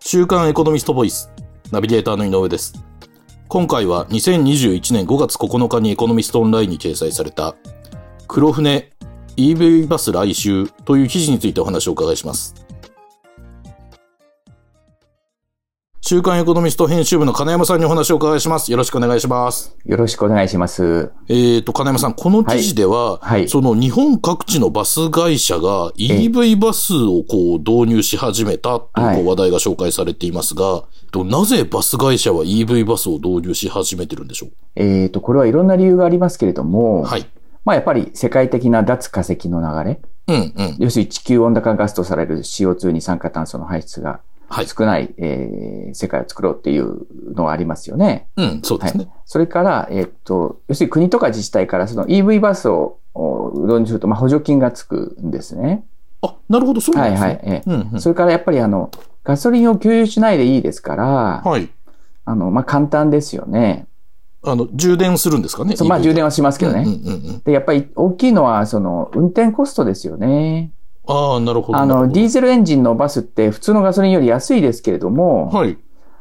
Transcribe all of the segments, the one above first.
週刊エコノミストボイス。ナビゲーターの井上です。今回は2021年5月9日にエコノミストオンラインに掲載された黒船 EV バス来襲という記事についてお話をお伺いします。週刊エコノミスト編集部の金山さんにお話をお伺いします。よろしくお願いします。よろしくお願いします。えっ、と、金山さん、この記事では、はい。その日本各地のバス会社が EV バスをこう導入し始めたというこう話題が紹介されていますが、となぜバス会社は EV バスを導入し始めてるんでしょうえっ、と、これはいろんな理由がありますけれども、はい。まあやっぱり世界的な脱化石の流れ、うんうん。要するに地球温暖化ガスとされる CO2 二酸化炭素の排出がはい。少ない、えー世界を作ろうっていうのがありますよね。うん、そうではいすね。。それから、えっ、と、要するに国とか自治体からその EV バスをお導入すると、まあ補助金がつくんですね。あ、なるほど、そうなはんいですはね。い。えうんうえん。それからやっぱりあの、ガソリンを給油しないでいいですから、はい。あの、まあ簡単ですよね。あの、充電するんですかね。そうまあ EV 充電はしますけどね。うんうんうんうん。で、やっぱり大きいのは、その、運転コストですよね。ああ、なるほど。あなるの、ほどディーゼルエンジンのバスって普通のガソリンより安いですけれども、はい。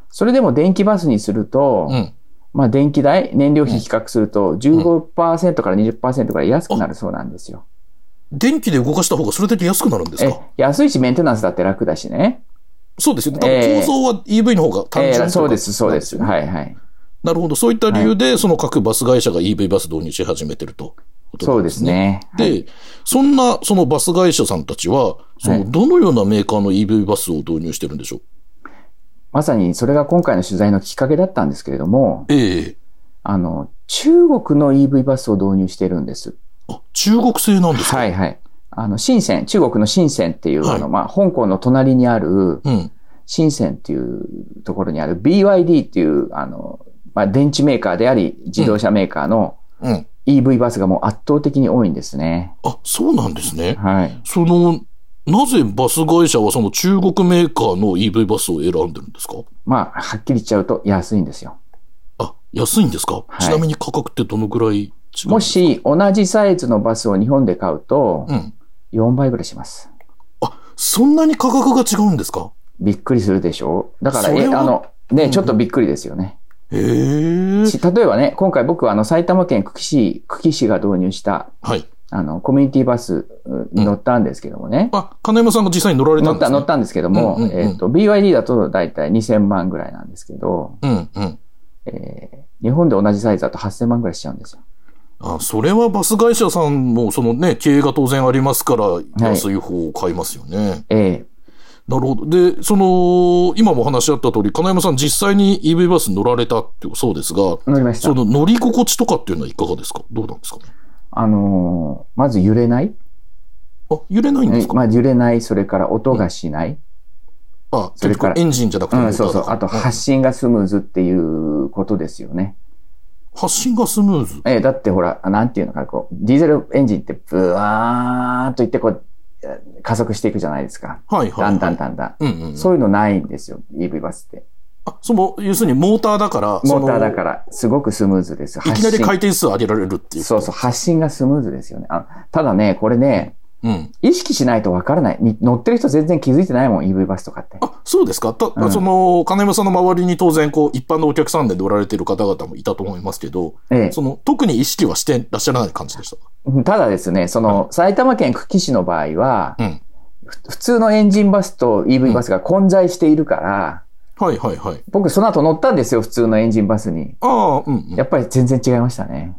それでも電気バスにすると、うん。まあ電気代、燃料費比較すると15%から20%からい安くなるそうなんですよ。電気で動かした方がそれだけ安くなるんですえか、安いしメンテナンスだって楽だしね。そうですよね。多え分え構造は EV の方が単純というかえーそうです、そうです。なんよねはいはい。なるほど。そういった理由で、その各バス会社が EV バス導入し始めてると。そうです。ね。で、そんな、そのバス会社さんたちは、そはいの、どのようなメーカーの EV バスを導入してるんでしょうまさにそれが今回の取材のきっかけだったんですけれども、ええあの、中国の EV バスを導入してるんです。あ、中国製なんですかはいはい。あの、深セン、中国の深センっていう、はいあの、まあ、香港の隣にある、うん。深センっていうところにある BYD っていう、あの、まあ、電池メーカーであり、自動車メーカーのうん。 EV バスがもう圧倒的に多いんですね。あ、そうなんですね。はい。その、なぜバス会社はその中国メーカーの EV バスを選んでるんですかまあ、はっきり言っちゃうと安いんですよ。あ、安いんですか、いちなみに価格ってどのくらい違うんですかも、し、同じサイズのバスを日本で買うとう、ん。 4倍ぐらいします。そんなに価格が違うんですかびっくりするでしょうだから、それえ、はあの、うね、んちょっとびっくりですよね。ええー。し例えばね、今回僕はあの埼玉県久喜市、久喜市が導入した、はい。あの、コミュニティバスうに乗ったんですけどもね。あ、金山さんが実際に乗られた乗んっですた、ね、乗ったんですけども、うんうんうんえっ、と、BYD だとだいたい2000万ぐらいなんですけど、うんうん。えー日本で同じサイズだと8000万ぐらいしちゃうんですよ。あ、それはバス会社さんも、そのね、経営が当然ありますから、い安い方を買いますよね。えなるほど。で、その、今もお話しあった通り、金山さん実際に EV バス乗られたっていうそうですが、ー、乗りましそた。の乗り心地とかっていうのはいかがですかどうなんですかねあのーまず揺れない、あ、揺れないんですえか、まあ揺れない、それから音がしない。あ、それから結構エンジンじゃなくてうモーん、ターだかそら、うそう。あと、発信がスムーズっていうことですよね。発信がスムーズ。ええ、だってほら、なんていうのかな、こう、ディーゼルエンジンって、ブワーっといって、こう、えー加速していくじゃないですか。はいはい、だはい。んだんだんだん。うんうんうん。そういうのないんですよ、EV バスって。あその、要するにモーターだから、。モーターだからら、すごくスムーズです。いきなり回発転数上げられるってい信う。そうそう、発信がスムーズですよね。あただね、これね、うん。意識しないとわからない。に乗ってる人全然気づいてないもん、EV バスとかって。あ、そうですか。た、うんその、金山さんの周りに当然、こう、一般のお客さんで乗られてる方々もいたと思いますけど、えその、特に意識はしてらっしゃらない感じでした。え。ただですね、その、埼玉県久喜市の場合は、うんふ普通のエンジンバスと EV バスが混在しているから、はいはいはい。僕その後乗ったんですよ、普通のエンジンバスに。ああ、うん、うん。やっぱり全然違いましたね。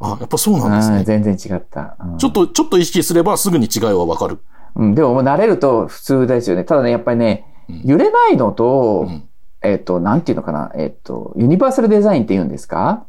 あやっぱそうなんですうんね。全然違った。うんちょっと、ちょっと意識すればすぐに違いはわかる。うん、でももう慣れると普通ですよね。ただね、やっぱりねうん、揺れないのと、うん。えっ、と、なんていうのかな、えっ、と、ユニバーサルデザインって言うんですか、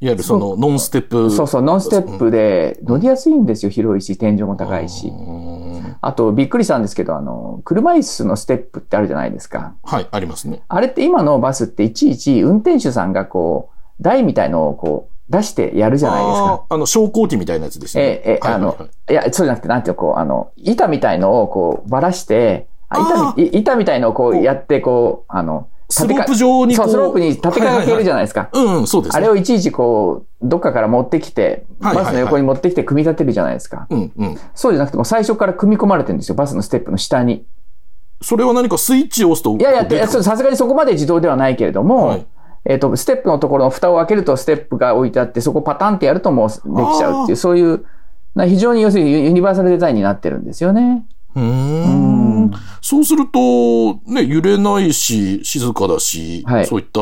いわゆるその、ノンステップ。そうそう、ノンステップで乗りやすいんですよ。広いし、天井もうん高いしう。んあと、びっくりしたんですけど、あの、車椅子のステップってあるじゃないですか。はい、ありますね。あれって今のバスっていちいち運転手さんがこう、台みたいのをこう、出してやるじゃないですか。あー。あの、昇降機みたいなやつですね。ええええはいはいはいあのいや、そうじゃなくて、なんていうの、こう、あの、板みたいのをこう、ばらして、ああ板み、い板みたいのをこうやって、こう、あの、スロープ状にこ。そうう、スロープに立てかけるじゃないですはか。いはいはいうん、そうですあね。れをいちいちこう、どっかから持ってきて、はいはいはいバスの横に持ってきて組み立てるじゃないですか。うん、うん。そうじゃなくて、もう最初から組み込まれてるんですよ、バスのステップの下に。それは何かスイッチを押すと、いやいやこう出てで、くるそうさすがにそこまで自動ではないけれども、はいえっ、と、ステップのところの蓋を開けるとステップが置いてあって、そこパタンってやるともうできちゃうっていう、そういう、な非常に要するにユユニバーサルデザインになってるんですよね。ううーんんそうすると、ね、揺れないし、静かだし、はいそういった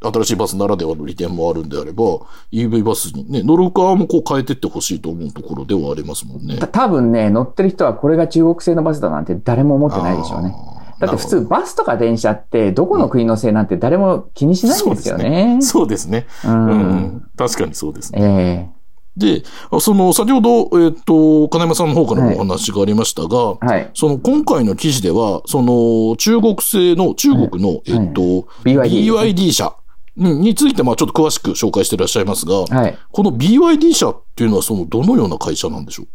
新しいバスならではの利点もあるんであれば、EV バスにね、乗る側もこう変えてってほしいと思うところではありますもんねた。多分ね、乗ってる人はこれが中国製のバスだなんて誰も思ってないでしょうね。あー。だって普通なるほバスとか電車ってどこの国のせいなんて誰も気にしどないんですよね。そうですね。そうですうね。うん、ん。確かにそうですね。えで、あその、先ほど、えっ、と、金山さんの方からもお話がありましたが、えはい。その、今回の記事では、その、中国製の、中国の、えっ、と、 BYD。 BYD 社うんについて、まあちょっと詳しく紹介していらっしゃいますが、はい。この BYD 社っていうのは、その、どのような会社なんでしょう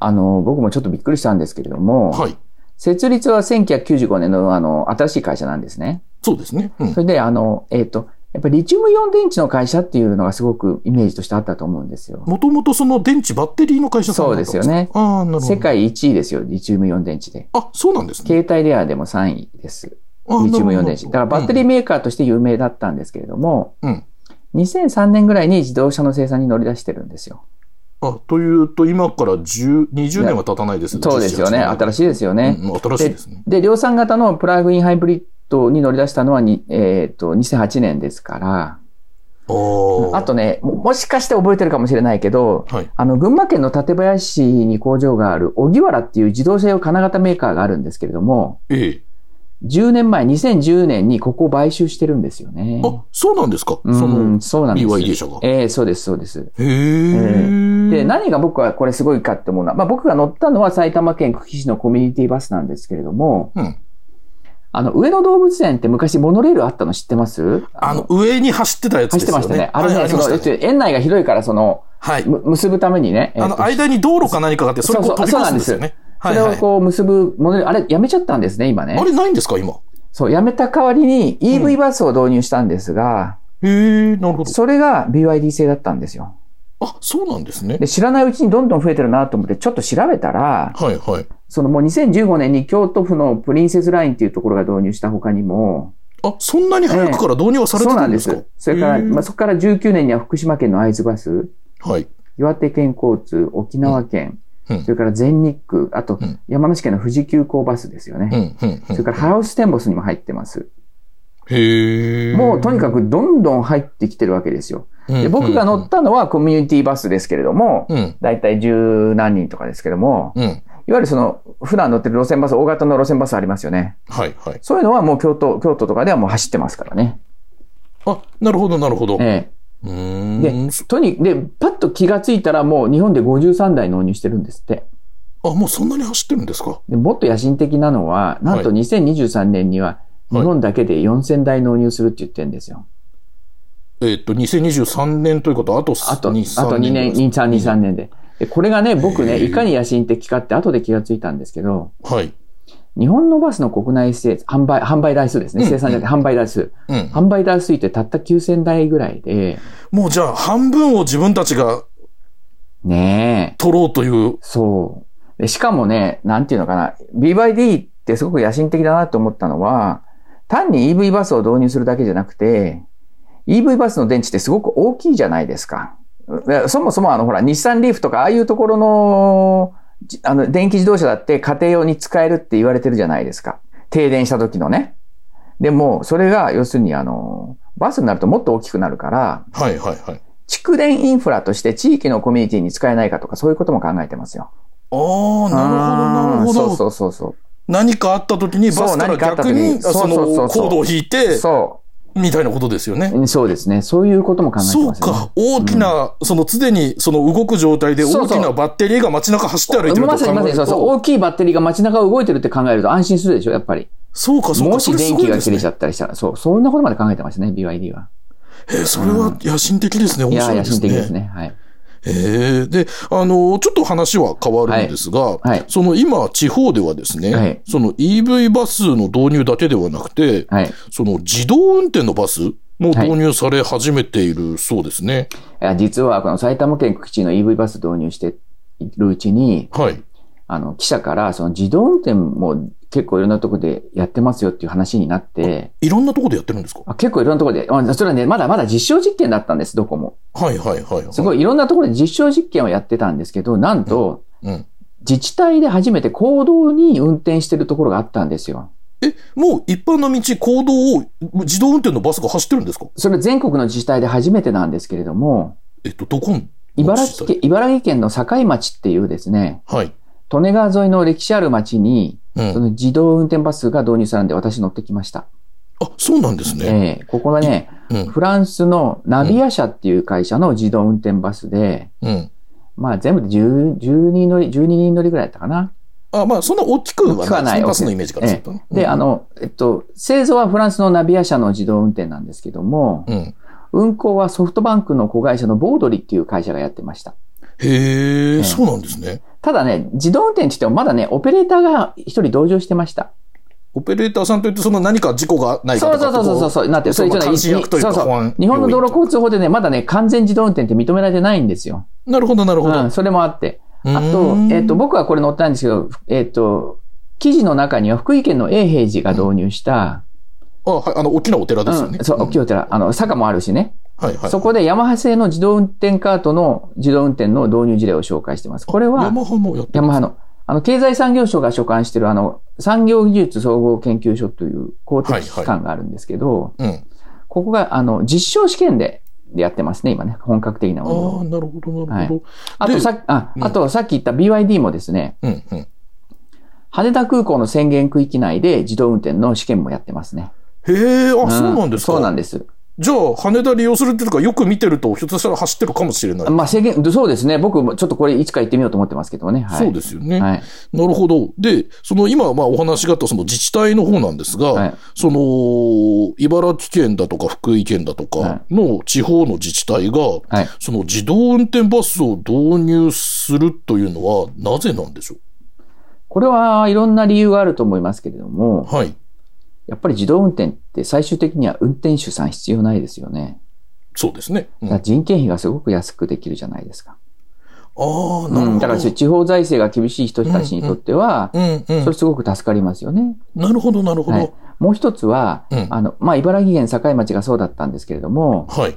あの、僕もちょっとびっくりしたんですけれども、はい。設立は1995年のあの、新しい会社なんですね。そうですね。うんそ。れで、あの、えっ、と、やっぱりリチウムイオン電池の会社っていうのがすごくイメージとしてあったと思うんですよ。もともとその電池、バッテリーの会社さんだったんかそうですよねああ、なるほど。世。界1位ですよ、リチウムイオン電池で。あ、そうなんですね。携帯レアでも3位です。あリチウムイオン電池。だからバッテリー。ーメーカーとして有名だったんですけれども、うん2003年ぐらいに自動車の生産に乗り出してるんですよ。うんあ、というと、今から10、20年は経たないですねそうですよね。新しいですよね。うんうん新しいですね。で、量産型のプラグインハイブリッドに乗り出したのはに、えっ、と、2008年ですから、あーあとね、ももしかして覚えてるかもしれないけど、はい。あの、群馬県の館林市に工場がある、荻原っていう自動車用金型メーカーがあるんですけれども、ええ。 10年前、2010年にここを買収してるんですよね。あ、そうなんですか。そうんの、そうなんです。 BYD 社が。へええそうです、そうです。え。で、何が僕はこれすごいかって思うのは、まあ僕が乗ったのは埼玉県久喜市のコミュニティバスなんですけれども、うん。あの、上野動物園って昔モノレールあったの知ってますあの、、上に走ってたやつで走っすよね。てましたね。あれはね、いりそましたの、要ねするに園内が広いから、その、はい。む結ぶためにね、えーあとの、間に道路か何かがあって、それをこうそう飛びそう越すんですよね。そはいれはをい。こう結ぶモノレール、あれ、やめちゃったんですね、今ね。あれないんですか、今。そう、やめた代わりにう EV んバスを導入したんですが、へえ、なるほど。それが BYD 製だったんですよ。あ、そうなんですねで、。知らないうちにどんどん増えてるなと思って、ちょっと調べたら、はいはい。そのもう2015年に京都府のプリンセスラインっていうところが導入した他にも、あ、そんなに早くから導入はされそてうたなんんでですかす。それから、へえまあ、そこから19年には福島県の会津バス、はい。岩手県交通、沖縄県、うんうんそれから全日空、あとうん山梨県の富士急行バスですよね。うん、うん、うそれん。からハウステンボスにも入ってます。へえ。もうとにかくどんどん入ってきてるわけですよ。うん、で僕が乗ったのはコミュニティバスですけれども、うん、だいたい十何人とかですけれども、うん、うん。いわゆるその普段乗ってる路線バス、大型の路線バスありますよね。はいはい。そういうのはもう京都、京都とかではもう走ってますからね。あ、なるほど、なるほど。うええ。ーんで。、とに、で、パッと気がついたらもう日本で53台納入してるんですって。あ、もうそんなに走ってるんですか。でもっと野心的なのは、なんとは2023年には日本だけで4000台納入するって言ってるんですよ。えっと、2023年ということは、あとあと、あと2、3 2年、2、3、2、3年で。で、これがね、僕へね、えいかに野心的かって後で気がついたんですけど、はい。日本のバスの国内生、販売、販売台数ですね。うん生産じゃなくて販売台数。うん。販売台数ってたった9000台ぐらいで、もうじゃあ、半分を自分たちがねえ。取ろうという。そう。でしかもね、なんていうのかな、BYD ってすごく野心的だなと思ったのは、単に EV バスを導入するだけじゃなくて、EV バスの電池ってすごく大きいじゃないですか。でそもそもあの、ほら、日産リーフとか、ああいうところの、じあの、電気自動車だって家庭用に使えるって言われてるじゃないですか。停電した時のね。でも、それが、要するにあの、バスになるともっと大きくなるから、はいはいはい。蓄電インフラとして地域のコミュニティに使えないかとか、そういうことも考えてますよ。ああ、なるほど、なるうんほど。そうそうそう何かあった時に、そうバスから何かあった逆時にに、あそそうそうの、そうそうコードを引いそう。て、そみたいなことですよね。う。そうですね。そういうことも考えてそうますよね。か。大きな、その常にその動く状態でそ大うそきうなバッテリーが街中走って歩いてると考えまるとさにまさにそうそう。大きいバッテリーが街中を動いてるって考えると安心するでしょ、やっぱり。そうか、そうか。もし電気が切れちゃゃったりしたら、そう、そんなことまで考えてますね、BYD は。う。えー、それは野心的ですね。い面や、白い野です心ね。的ですね。はい。ええで、あの、ちょっと話は変わるんですが、はいその今、地方ではですね、はいその EV バスの導入だけではなくて、はい。いその自動運転のバスも導入され始めているそうですね。や、実はこの埼玉県久喜地の EV バス導入しているうちに、はい。あの、記者から、その自動運転も結構いろんなとこでやってますよっていう話になって、いろんなところでやってるんですかあ結構いろんなとこで、あそれはね、まだまだ実証実験だったんです、どこも。はいはいはい、はい。すごいいろんなところで実証実験をやってたんですけど、なんと、うん。自治体で初めて公道に運転してるところがあったんですよ。もう一般の道、公道を自動運転のバスが走ってるんですかそれ全国の自治体で初めてなんですけれども、えっと、どこん茨城県、茨城県の境町っていうですね、はい。利根川沿いの歴史ある町に、うそん。の自動運転バスが導入されたんで私乗ってきました。あ、そうなんですね。ええここはね、うん。フランスのナビア社っていう会社の自動運転バスで、うん。まあ全部で10 12人乗り、12人乗りぐらいだったかな。あ、まあ、そんな大きく大はきくはな。ないいバスのイメージからするとね。で、うんあ、の、えっと、製造はフランスのナビア社の自動運転なんですけども、うん。運行はソフトバンクの子会社のボードリっていう会社がやってました。へうえ、んそうなんですね。ただね、自動運転って言ってもまだね、オペレーターが一人同乗してました。オペレーターさんといって、その何か事故がないかそとうそかうそうそうそう、そうなってる、それの監視役というかそう保そ安う。日本の道要員路交通法でね、まだね、完全自動運転って認められてないんですよ。なるほど、なるほうど。ん、それもあって。うあとー、んえっと、、僕はこれ載ったんですけど、えっと、記事の中には福井県の永平寺が導入した、あ、はい、あの、大きなお寺ですようね。ん、そう、大きいお寺、あの、坂もあるしね。はいはい。そこでヤマハ製の自動運転カートの自動運転の導入事例を紹介してます。これヤは、マハもやってヤるマハの、あの、経済産業省が所管してる、あの、産業技術総合研究所という公的機関があるんですけど、うん。ここが、あの、実証試験ででやってますね、今ね、本格的なものああ、を。なるほど、なるほど。あとさっき、あ、うんあとさっき言った BYD もですね、うん、うん。羽田空港の宣言区域内で自動運転の試験もやってますね。へえ、あ、そうなんですか。そうなんです。じゃあ、羽田利用するっていうか、よく見てると、ひょっとしたら走ってるかもしれない。まあ、制限、そうですね。僕もちょっとこれいつか行ってみようと思ってますけどもね。はい。そうですよね。はい。なるほど。で、その今、まあお話があったその自治体の方なんですが、はいその、茨城県だとか福井県だとかはの地方の自治体が、はい。その自動運転バスを導入するというのは、なぜなんでしょうこれはいろんな理由があると思いますけれども、はい。やっぱり自動運転って最終的には運転手さん必要ないですよね。そうですね。うんだから人件費がすごく安くできるじゃないですか。ああ、なるほうん、ど。だからそういう地方財政が厳しい人たちにとっては、うんうんそれすごく助かりますよね。なるほど、なるほはいど。、もう一つは、うんあの、まあ、茨城県境町がそうだったんですけれども、はい。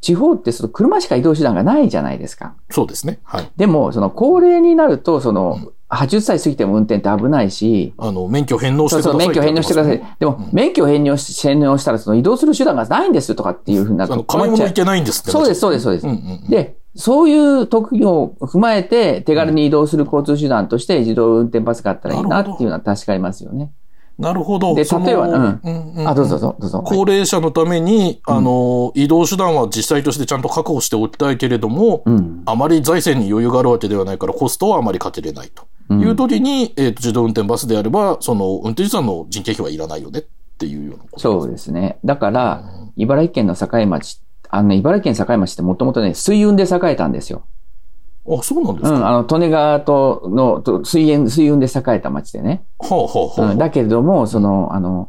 地方ってその車しか移動手段がないじゃないですか。そうですね。はい。でも、その高齢になると、その、う80歳過ぎても運転って危ないし、あの、免許返納してそうください。そう、免許返納してください。。でも、うん免許返納し返納したら、その移動する手段がないんですとかっていうふうになあるとの、困買いっち物ゃ行う。けないんですって。そうです、うそうです、そうですんう。んうん。で、そういう特技を踏まえて、手軽に移動する交通手段として自動運転バスがあったらいいなっていうのは確かありますよね。なるほど。でその例えばうんうんうんあ、どうぞ、どうぞ、どうぞ。高齢者のために、あの、移動手段は自治体としてちゃんと確保しておきたいけれども、うん。あまり財政に余裕があるわけではないから、コストはあまりかけれないと。うんいう時に、えっ、と、自動運転バスであれば、その、運転手さんの人件費はいらないよねっていうようなこと。そうですね。だからうん、茨城県の境町、あのね、茨城県境町ってもともとね、水運で栄えたんですよ。あ、そうなんですうか。ん、はあの、利根川との、と水運、水運で栄えた町でね。あ、はあ、はあ。うん、だけれども、その、あの、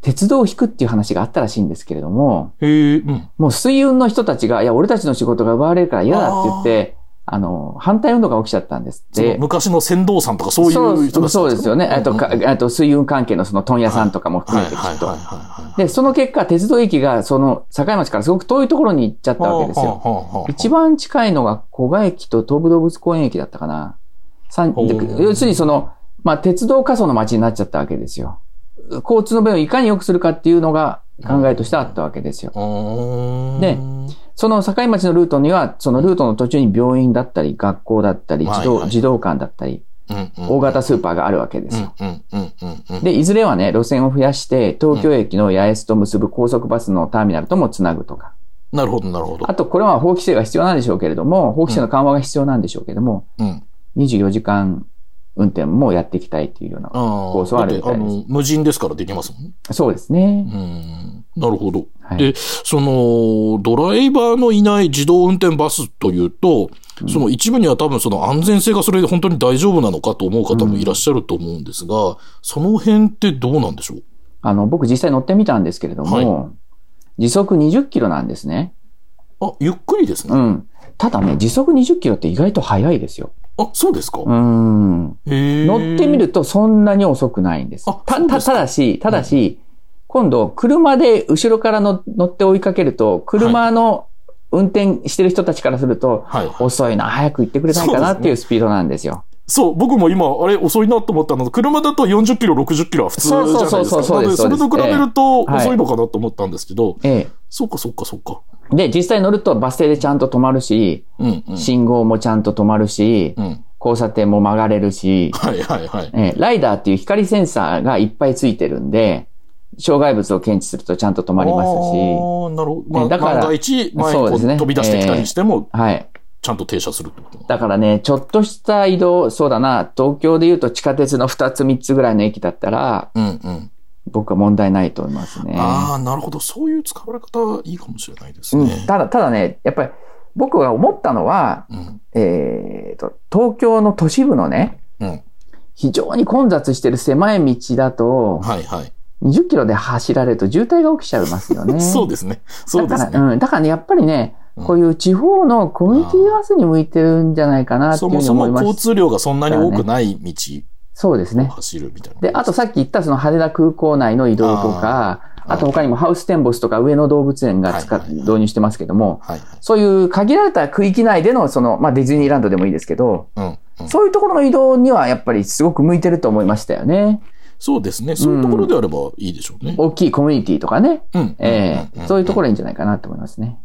鉄道を引くっていう話があったらしいんですけれども、へえ、うん。もう水運の人たちが、いや、俺たちの仕事が奪われるから嫌だって言って、あの、反対運動が起きちゃったんですっそのて。昔の船頭さんとかそういう人そたうちそうですよね。あと、かはいあと水運関係のその問屋さんとかも含はいめてきはいっと。はい。で、その結果、鉄道駅が、その、境町からすごく遠いところに行っちゃったわけですよ。はあはあはあはあ一番近いのが古賀駅と東武動物公園駅だったかな。三ほうで要するにその、まあ、鉄道過疎の街になっちゃったわけですよ。交通の便をいかに良くするかっていうのが考えとしてあったわけですよ。うーんでその境町のルートには、そのルートの途中に病院だったり、学校だったり、児はいは童い児童館だったり、うんうん大型スーパーがあるわけですよ。うんうんうんうんうん。で、いずれはね、路線を増やして、東京駅の八重洲と結ぶ高速バスのターミナルともつなぐとか。なるほど、なるほど。あと、これは法規制が必要なんでしょうけれども、法規制の緩和が必要なんでしょうけれども、うん。 24時間運転もやっていきたいというような。あこうあ、座だっるてみたあいですの、無人ですからできますもんね。そうですね。うん。なるほど。はいで、その、ドライバーのいない自動運転バスというと、その一部には多分その安全性がそれで本当に大丈夫なのかと思う方もいらっしゃると思うんですが、その辺ってどうなんでしょうあの、僕実際乗ってみたんですけれども、時速20キロなんですね。あ、ゆっくりですうね。ん。ただね、時速20キロって意外と速いですよ。あ、そうですか、うん。へえ。乗ってみるとそんなに遅くないんです。あた、そうでた、すかただし、ただし、今度、車で後ろからの乗って追いかけると、車の運転してる人たちからすると、はい。遅いな、早く行ってくれないかなっていうスピードなんですよ。そう、僕も今、あれ遅いなと思ったので、車だと40キロ、60キロは普通じゃないですか。そうそうそうそうなのでそそうでれすと比べるとええはい遅いのかなと思ったんですけど、えそうかそうかそうか。え。で、実際乗るとバス停でちゃんと止まるし、うんうん。信号もちゃんと止まるし、うん。交差点も曲がれるし、はいはいはい。ええライダーっていう光センサーがいっぱいついてるんで、障害物を検知するとちゃんと止まりますし、ああ、なるほど。まあ、ねだから万が一、前にそうこでうすね飛び出してきたりしても、はい。ちゃんと停車するってこと。だからね、ちょっとした移動、そうだな、東京で言うと地下鉄の2つ3つぐらいの駅だったら、うんうん。僕は問題ないと思いますね。ああ、なるほど。そういう使われ方、いいかもしれないですうねん、。ただ、ただね、やっぱり僕が思ったのは、うん。えーと、東京の都市部のね、うん。非常に混雑してる狭い道だと、はいはい。 20キロで走られると渋滞が起きちゃいますよね。 そうですね。そうですだかね。ら、うん。だからね、やっぱりね、うんこういう地方のコミュニティバスに向いてるんじゃないかなっていそうふうもにそ思もいま交す。通量がそんなに多くない道そうですをね。走るみたいな。で、あとさっき言ったその羽田空港内の移動とか、あーあと他にもハウステンボスとか上野動物園が使はいはいはい導入してますけども、はいはい。そういう限られた区域内でのその、まあディズニーランドでもいいですけど、うん、うん。そういうところの移動にはやっぱりすごく向いてると思いましたよね。そうですね。そういうところであればいいでしょうね。大きいコミュニティとかね。うん。ええそういうところ。ろいいんじゃないかなと思いますね。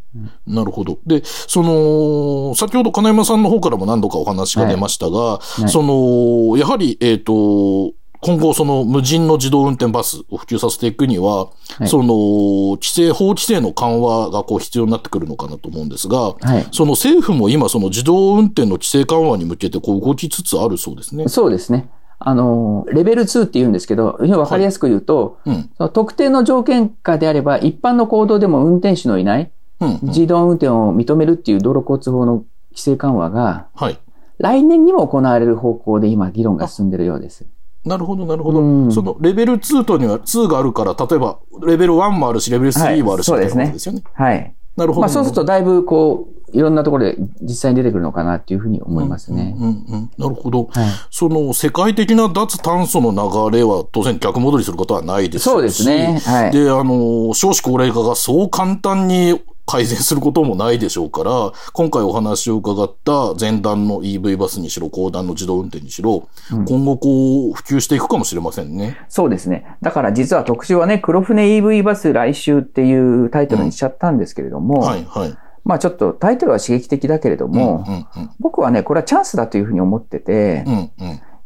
なるほど。で、その、先ほど金山さんの方からも何度かお話が出ましたが、いその、やはり、えっ、と、今後、その無人の自動運転バスを普及させていくには、はいその、規制、法規制の緩和がこう必要になってくるのかなと思うんですが、はい。その政府も今、その自動運転の規制緩和に向けてこう動きつつあるそうですね。そうですね。あの、レベル2って言うんですけど、要はわかりやすく言うと、うん。その特定の条件下であれば、一般の行動でも運転手のいない、うん、うん。自動運転を認めるっていう道路交通法の規制緩和が、はい。来年にも行われる方向で今、議論が進んでるようです。なるほど、なるほど。うんそのレベル2とには、2があるから、例えば、レベル1もあるし、レベル3もあるし、はいみたいなこそうでとですよね。はい。なるほど。まあそうすると、だいぶこう、いろんなところで実際に出てくるのかなっていうふうに思いますね。うんうんうん、なるほど。はい。その、世界的な脱炭素の流れは、当然逆戻りすることはないですし。そうですね。。はい。で、あの、少子高齢化がそう簡単に改善することもないでしょうから、今回お話を伺った前段の EV バスにしろ、後段の自動運転にしろ、うん今後こう、普及していくかもしれませんね。そうですね。だから実は特集はね、黒船 EV バス来週っていうタイトルにしちゃったんですけれども、はい、はい。まあちょっとタイトルは刺激的だけれども、うん、うん、僕はね、これはチャンスだというふうに思ってて、うん、うんうん。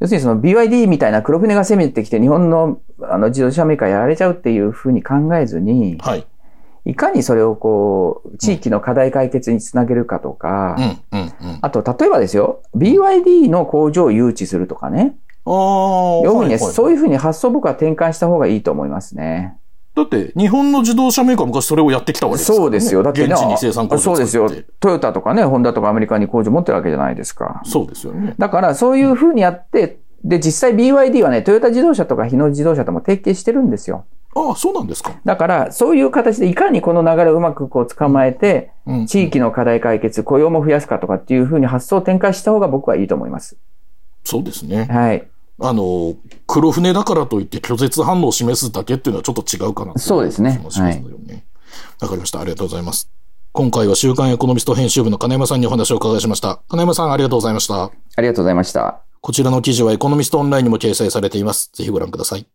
要するにその BYD みたいな黒船が攻めてきて日本のあの自動車メーカーやられちゃうっていうふうに考えずに、はい。いかにそれをこう、地域の課題解決につなげるかとか、うん、うん、うん。あと、例えばですよ、BYD の工場を誘致するとかね。ああ、要はね、はいはいそういうふうに発想を僕は転換した方がいいと思いますね。だって、日本の自動車メーカーは昔それをやってきたわけですからねそうですよ。だってね、現地に生産工場をそう作でってすよ。トヨタとかね、ホンダとかアメリカに工場持ってるわけじゃないですか。そうですよね。だから、そういうふうにやって、で、実際 BYD はね、トヨタ自動車とか日野自動車とも提携してるんですよ。ああ、そうなんですか。だから、そういう形でいかにこの流れをうまくこう捕まえて、うん地域の課題解決、雇用も増やすかとかっていうふうに発想を展開した方が僕はいいと思います。そうですね。はい。あの、黒船だからといって拒絶反応を示すだけっていうのはちょっと違うかなといそうですね気もしますよね。わかりました。ありがとうございます。今回は週刊エコノミスト編集部の金山さんにお話をお伺いしました。金山さん、ありがとうございました。ありがとうございました。こちらの記事はエコノミストオンラインにも掲載されています。ぜひご覧ください。